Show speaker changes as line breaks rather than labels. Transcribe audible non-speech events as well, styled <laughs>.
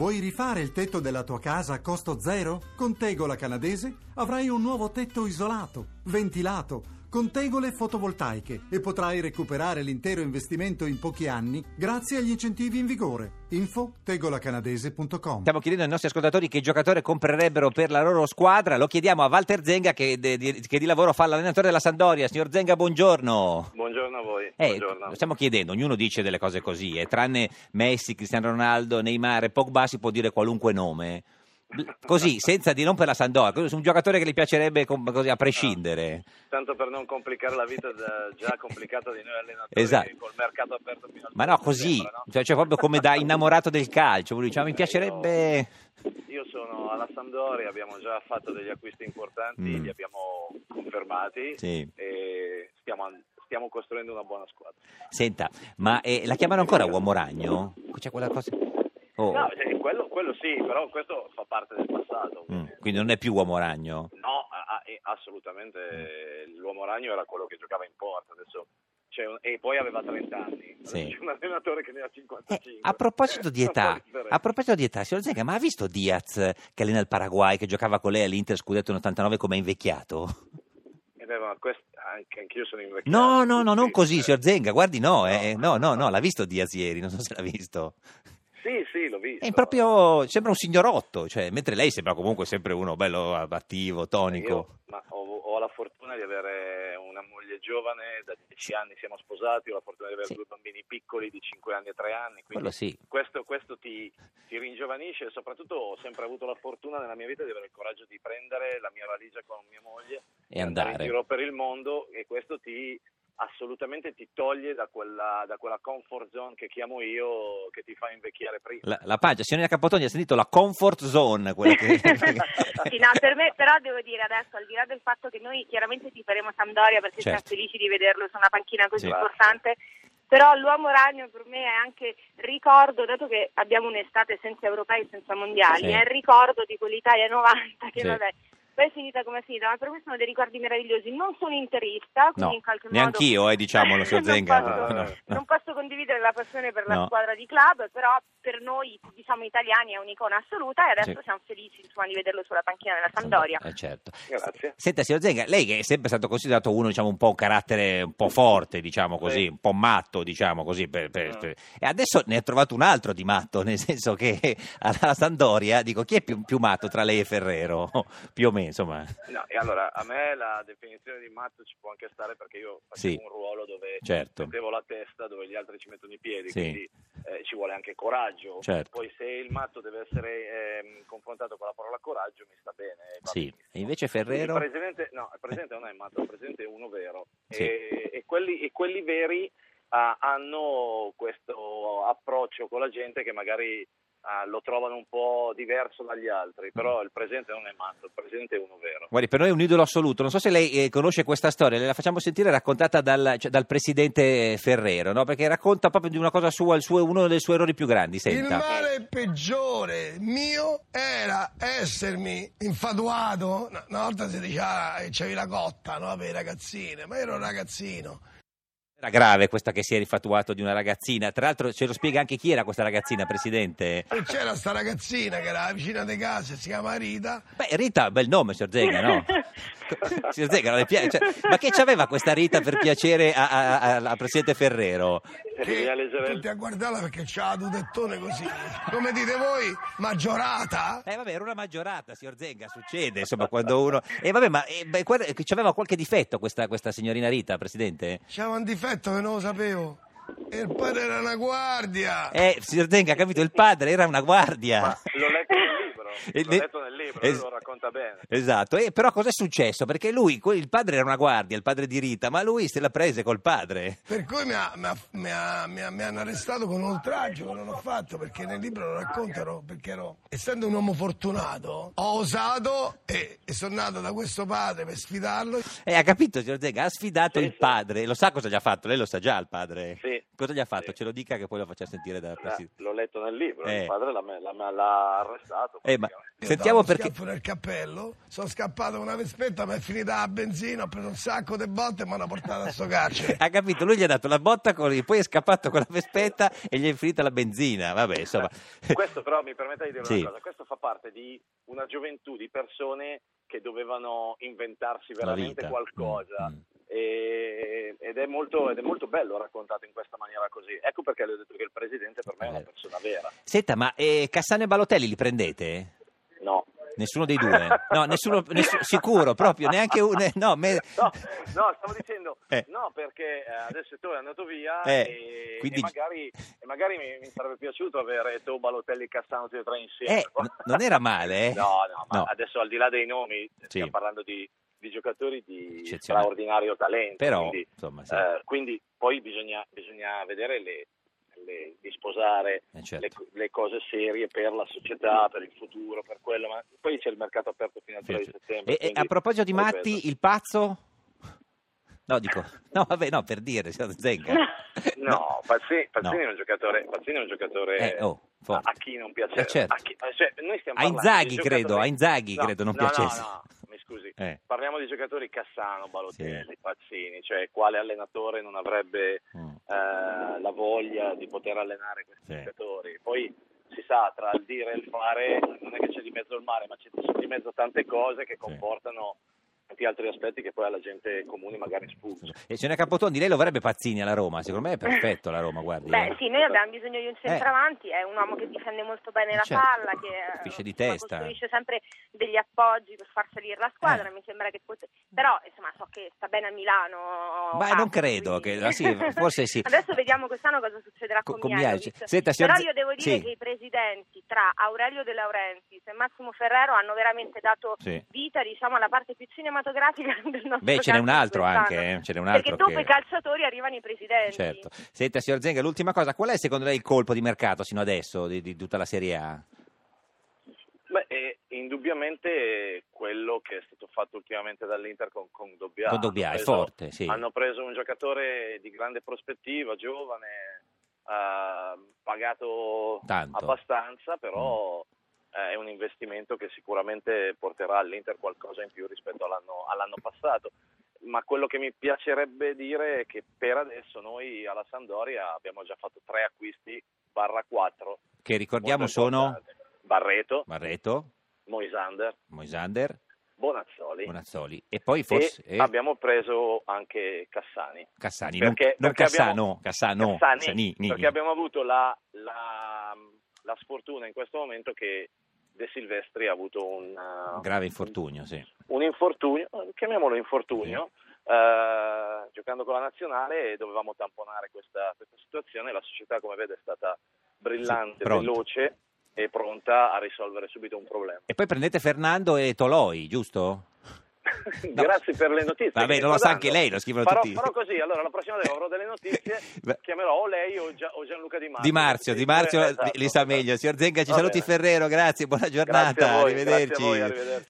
Vuoi rifare il tetto della tua casa a costo zero? Con Tegola Canadese avrai un nuovo tetto isolato, ventilato, con tegole fotovoltaiche e potrai recuperare l'intero investimento in pochi anni grazie agli incentivi in vigore. Info tegolacanadese.com
Stiamo chiedendo ai nostri ascoltatori che giocatore comprerebbero per la loro squadra. Lo chiediamo a Walter Zenga che, de- di- che di lavoro fa l'allenatore della Sandoria. Signor Zenga, buongiorno.
Buongiorno a voi.
Eh,
Buongiorno.
lo stiamo chiedendo, ognuno dice delle cose così, eh, tranne Messi, Cristiano Ronaldo, Neymar e Pogba si può dire qualunque nome. L-
<laughs>
Così, senza di non per la Sandoria, così, su un giocatore che gli piacerebbe com- così,
Ah.
a prescindere.
Tanto per non complicare la vita da- già complicata di noi allenatori
Esatto.
col mercato aperto fino al
Ma no,
30
così,
dicembre, no?
cioè, cioè proprio come da innamorato del calcio, lui diceva mi piacerebbe... cioè-
Io sono alla Sampdoria, abbiamo già fatto degli acquisti importanti,
Mm.
li abbiamo confermati
Sì.
e stiamo, an- stiamo costruendo una buona squadra.
Senta, ma eh, la chiamano ancora uomo ragno? C'è quella cosa... Oh,
No, eh, quello, quello sì, però questo fa parte del passato.
mm, quindi non è più uomo ragno?
No, a- a- eh, assolutamente eh, l'uomo ragno era quello che giocava in porta adesso. c'è un- e poi aveva 30 anni. Adesso
Sì.
C'è un allenatore che ne ha
Eh,
55.
a proposito di
<laughs> Non fa
età,
differenza.
a proposito di età, signor Zenga, ma ha visto Diaz eh, che allena il Paraguay, che giocava con lei all'Inter Scudetto nel 89 come è invecchiato?
Eh beh, ma quest- anche anch'io sono invecchiato.
No, no, no, non
Sì,
così,
eh.
signor Zenga, guardi, no, eh, no,
No.
no, no, l'ha visto Diaz ieri, non so se l'ha visto.
Sì, sì, l'ho visto.
È proprio, sembra un signorotto, cioè, mentre lei sembra comunque sempre uno bello attivo, tonico.
Io, ma ho, ho la fortuna di avere una moglie giovane, da 10 anni siamo sposati, ho la fortuna di avere
Sì.
due bambini piccoli di 5 anni e 3 anni, quindi
Quello sì.
questo, questo ti, ti ringiovanisce e soprattutto ho sempre avuto la fortuna nella mia vita di avere il coraggio di prendere la mia valigia con mia moglie
E andare.
in giro per il mondo e questo ti assolutamente ti toglie da quella, da quella comfort zone che chiamo io che ti fa invecchiare prima.
La, la pancia, signorina Capotoni, ha sentito la comfort zone, quella che...
<laughs>
<laughs>
sì, no, per me però devo dire adesso, al di là del fatto che noi chiaramente ti faremo Sampdoria perché
Certo.
siamo felici di vederlo su una panchina così
Sì.
importante, però l'uomo ragno per me è anche ricordo, dato che abbiamo un'estate senza europei e senza mondiali,
Sì.
è il ricordo di quell'Italia 90 che
Sì.
vabbè. Poi è finita come è finita, ma per me sono dei ricordi meravigliosi. Non sono interista, quindi
No,
in qualche modo.
neanch'io, eh, diciamolo, signor
<laughs> Non
Zenga.
posso-
No, no.
non posso condividere la passione per la
Eh. No.
squadra di club, però per noi, diciamo, italiani è un'icona assoluta e adesso
Sì.
siamo felici insomma, di vederlo sulla panchina della Sampdoria.
Eh, certo.
Grazie.
Senta, signor Zenga, lei che è sempre stato considerato uno, diciamo, un po' un carattere un po' forte, diciamo così,
Sì.
un po' matto, diciamo così, per- per-
Mm.
per- e adesso ne ha trovato un altro di matto, <laughs> nel senso che alla Sandoria, dico, chi è più, più matto tra lei e Ferrero? <laughs> più o meno, insomma.
No, e allora a me la definizione di matto ci può anche stare perché io facevo
Sì.
un ruolo dove
Certo.
mettevo la testa dove gli altri ci mettono i piedi,
Sì.
quindi eh, ci vuole anche coraggio.
Certo.
Poi se il matto deve essere ehm, confrontato con la parola coraggio mi sta bene. va
Sì,
benissimo.
e invece
Il
Ferrero...
presidente, no, il presidente non è matto, il presidente è uno vero.
Sì.
E, e quelli, e quelli veri ah, hanno questo approccio con la gente che magari ah, lo trovano un po' diverso dagli altri,
Mm.
però il presidente non è matto, il presidente è uno vero.
Guardi, per noi è un idolo assoluto. Non so se lei eh, conosce questa storia, la facciamo sentire raccontata dal, cioè, dal presidente Ferrero, no? perché racconta proprio di una cosa sua, il suo- uno dei suoi errori più grandi.
Il
Senta.
male peggiore mio era essermi infatuato. Una una volta si diceva che c'avevi la cotta no, per i ragazzini, ma io ero un ragazzino.
Era grave questa che si è rifatuato di una ragazzina. Tra l'altro ce lo spiega anche chi era questa ragazzina, Presidente.
E c'era sta ragazzina che era la vicina di casa, si chiama Rita.
Beh, Rita, bel nome, signor Zega, no? signor Zega, non le piace? Cioè, ma che c'aveva questa Rita per piacere a, a- a- al Presidente Ferrero?
Bisogna
Che
leggere il-
tutti a guardarla perché c'ha la tutettone così. Come dite voi, maggiorata?
Eh vabbè, era una maggiorata, signor Zega, succede, insomma, quando uno... E vabbè, ma eh, beh, guarda, che c'aveva qualche difetto questa, questa signorina Rita, Presidente?
C'era un difetto che non lo sapevo. E il padre era una guardia.
Eh, signor Zega, ha capito, il padre era una guardia.
Ma l'ho letto nel libro,
E
l'ho
ne-
letto nel libro, lui
es-
lo racconta bene.
Esatto, e però cos'è successo? Perché lui, que- il padre era una guardia, il padre di Rita, ma lui se la prese col padre.
Per cui mi, ha- mi ha- mi ha- mi ha- mi hanno arrestato con un oltraggio che non ho fatto perché nel libro lo raccontano perché ero, essendo un uomo fortunato, ho osato e, e sono nato da questo padre per sfidarlo.
Eh, ha capito, signor Zega, ha sfidato
Sì,
il
sì.
padre, lo sa cosa gli ha fatto, lei lo sa già il padre.
Sì,
Cosa gli ha fatto?
Sì.
Ce lo dica che poi lo faccia sentire dalla
Eh,
Presidente.
L'ho letto nel libro,
Eh.
il padre l'ha, me- l'ha- me- l'ha arrestato.
Eh, ma
praticamente.
Io
sentiamo
ho dato uno
perché...
schiaffo nel cappello, sono scappato con una vespetta, mi è finita la benzina, ho preso un sacco di botte e mi hanno portato a sto carcere.
Ha capito, lui gli ha dato la botta, con- poi è scappato con la vespetta e gli è finita la benzina. Vabbè,
<laughs>
insomma.
Questo però mi permetta di dire
Sì.
una cosa, questo fa parte di una gioventù di persone che dovevano inventarsi
La
veramente
vita.
qualcosa.
Mm, mm.
E- ed, è molto, ed è molto bello raccontato in questa maniera così. Ecco perché le ho detto che il presidente per me è una
Eh.
persona vera.
Senta, ma eh, Cassano e Balotelli li prendete?
No.
Nessuno dei due? No, nessuno- nessu- sicuro, proprio, neanche uno- eh, no, me-
no, no, stavo dicendo
<laughs> Eh.
no perché eh, adesso tu è andato via
Eh,
e,
quindi-
e magari, e magari mi, mi sarebbe piaciuto avere tu, Balotelli e Cassano tutti e tre insieme.
Eh, n- non era male, eh?
<laughs> No, no, ma
No.
adesso al di là dei nomi
Sì.
stiamo parlando di, di giocatori di
Eccezionali.
straordinario talento.
Però,
quindi,
insomma, sì.
eh, quindi poi bisogna, bisogna vedere le, le- di sposare
Eh, certo.
le, le cose serie per la società, per il futuro, per quello, ma poi c'è il mercato aperto fino al 3 di
E,
settembre.
e a
quindi-
proposito di
ripeto.
Matti, il pazzo? No, dico, <laughs> no, vabbè, <laughs> no, per dire, signor Zenga.
No, Pazzini, Pazzini
No.
è un giocatore, Pazzini è un giocatore
Eh, oh,
a,
forte.
a chi non piaceva.
Eh, certo.
a, chi- eh, cioè, noi stiamo
A
parlando
Inzaghi,
di
credo,
giocatori-
a Inzaghi,
No,
credo non
no,
piacesse.
No, no, mi scusi.
<laughs> Eh.
Parliamo di giocatori Cassano, Balotelli,
Sì.
Pazzini, cioè quale allenatore non avrebbe
Mm.
eh, la voglia di poter allenare questi
Sì.
giocatori. Poi si sa, tra il dire e il fare non è che c'è di mezzo il mare, ma ci sono di mezzo tante cose che comportano tanti altri aspetti che poi alla gente comune magari sfugge.
E ce n'è Capotondi, lei lo vorrebbe Pazzini alla Roma, secondo me è perfetto la Roma, guardi. eh.
Beh, sì, noi abbiamo bisogno di un centravanti, è un uomo che difende molto bene la
Certo.
palla, che eh,
Colpisce di
insomma,
testa.
costruisce sempre degli appoggi per far salire la squadra,
Eh.
mi sembra che pot- però insomma so che sta bene a Milano.
Ma
Papu,
non credo
quindi-
che- ah,
<laughs>
sì, forse sì.
Adesso vediamo quest'anno cosa succederà
Co-
con,
con
Mialovic.
Mialovic. Senta, signor
però
Z-
io devo dire
sì.
che i presidenti tra Aurelio De Laurentiis e Massimo Ferrero hanno veramente dato
Sì.
vita diciamo alla parte più cinematografica <laughs> del nostro
Beh, ce n'è un
calcio
altro
quest'anno.
anche, eh, ce n'è un altro
Perché dopo
che-
i calciatori arrivano i presidenti.
Certo. Senta, signor Zenga, l'ultima cosa, qual è secondo lei il colpo di mercato sino adesso di, di tutta la Serie A?
Beh, eh, indubbiamente quello che è stato fatto ultimamente dall'Inter con, con Dobbia.
Con Dobbia,
Hanno
è
preso-
forte, sì.
Hanno preso un giocatore di grande prospettiva, giovane, eh, pagato
Tanto. Mm.
abbastanza, però eh, è un investimento che sicuramente porterà all'Inter qualcosa in più rispetto all'anno, all'anno passato. Ma quello che mi piacerebbe dire è che per adesso noi alla Sandoria abbiamo già fatto tre acquisti, barra quattro.
Che ricordiamo
molto
sono
importanti. Barreto,
Barreto,
Moisander,
Moisander,
Bonazzoli.
Bonazzoli e poi forse
e
eh,
abbiamo preso anche Cassani.
Cassani, non,
Perché-
non
perché
Cassano,
abbiamo-
Cassano,
Cassani,
Cassani, ni, ni.
perché abbiamo avuto la, la- la sfortuna in questo momento che De Silvestri ha avuto un, eh,
Un grave infortunio, sì.
un infortunio, chiamiamolo infortunio, eh, giocando con la nazionale e dovevamo tamponare questa, questa situazione. La società, come vede, è stata
Sì,
brillante,
pronta.
veloce e pronta a risolvere subito un problema.
E poi prendete Fernando e Toloi, giusto? No.
Grazie per le notizie.
Vabbè,
che
non lo
mi sta
sa anche
dando.
lei, lo scrivono
farò,
tutti.
Farò così, allora la prossima volta che avrò delle notizie,
<laughs> Beh.
chiamerò o lei o, Gia- o Gianluca Di Marzio.
Di Marzio, Di Marzio
Esatto,
li sa
esatto.
meglio. Signor Zenga, ci
Va
saluti
bene.
Ferrero, grazie, buona
Grazie a
giornata,
voi,
arrivederci.
Grazie a voi, arrivederci.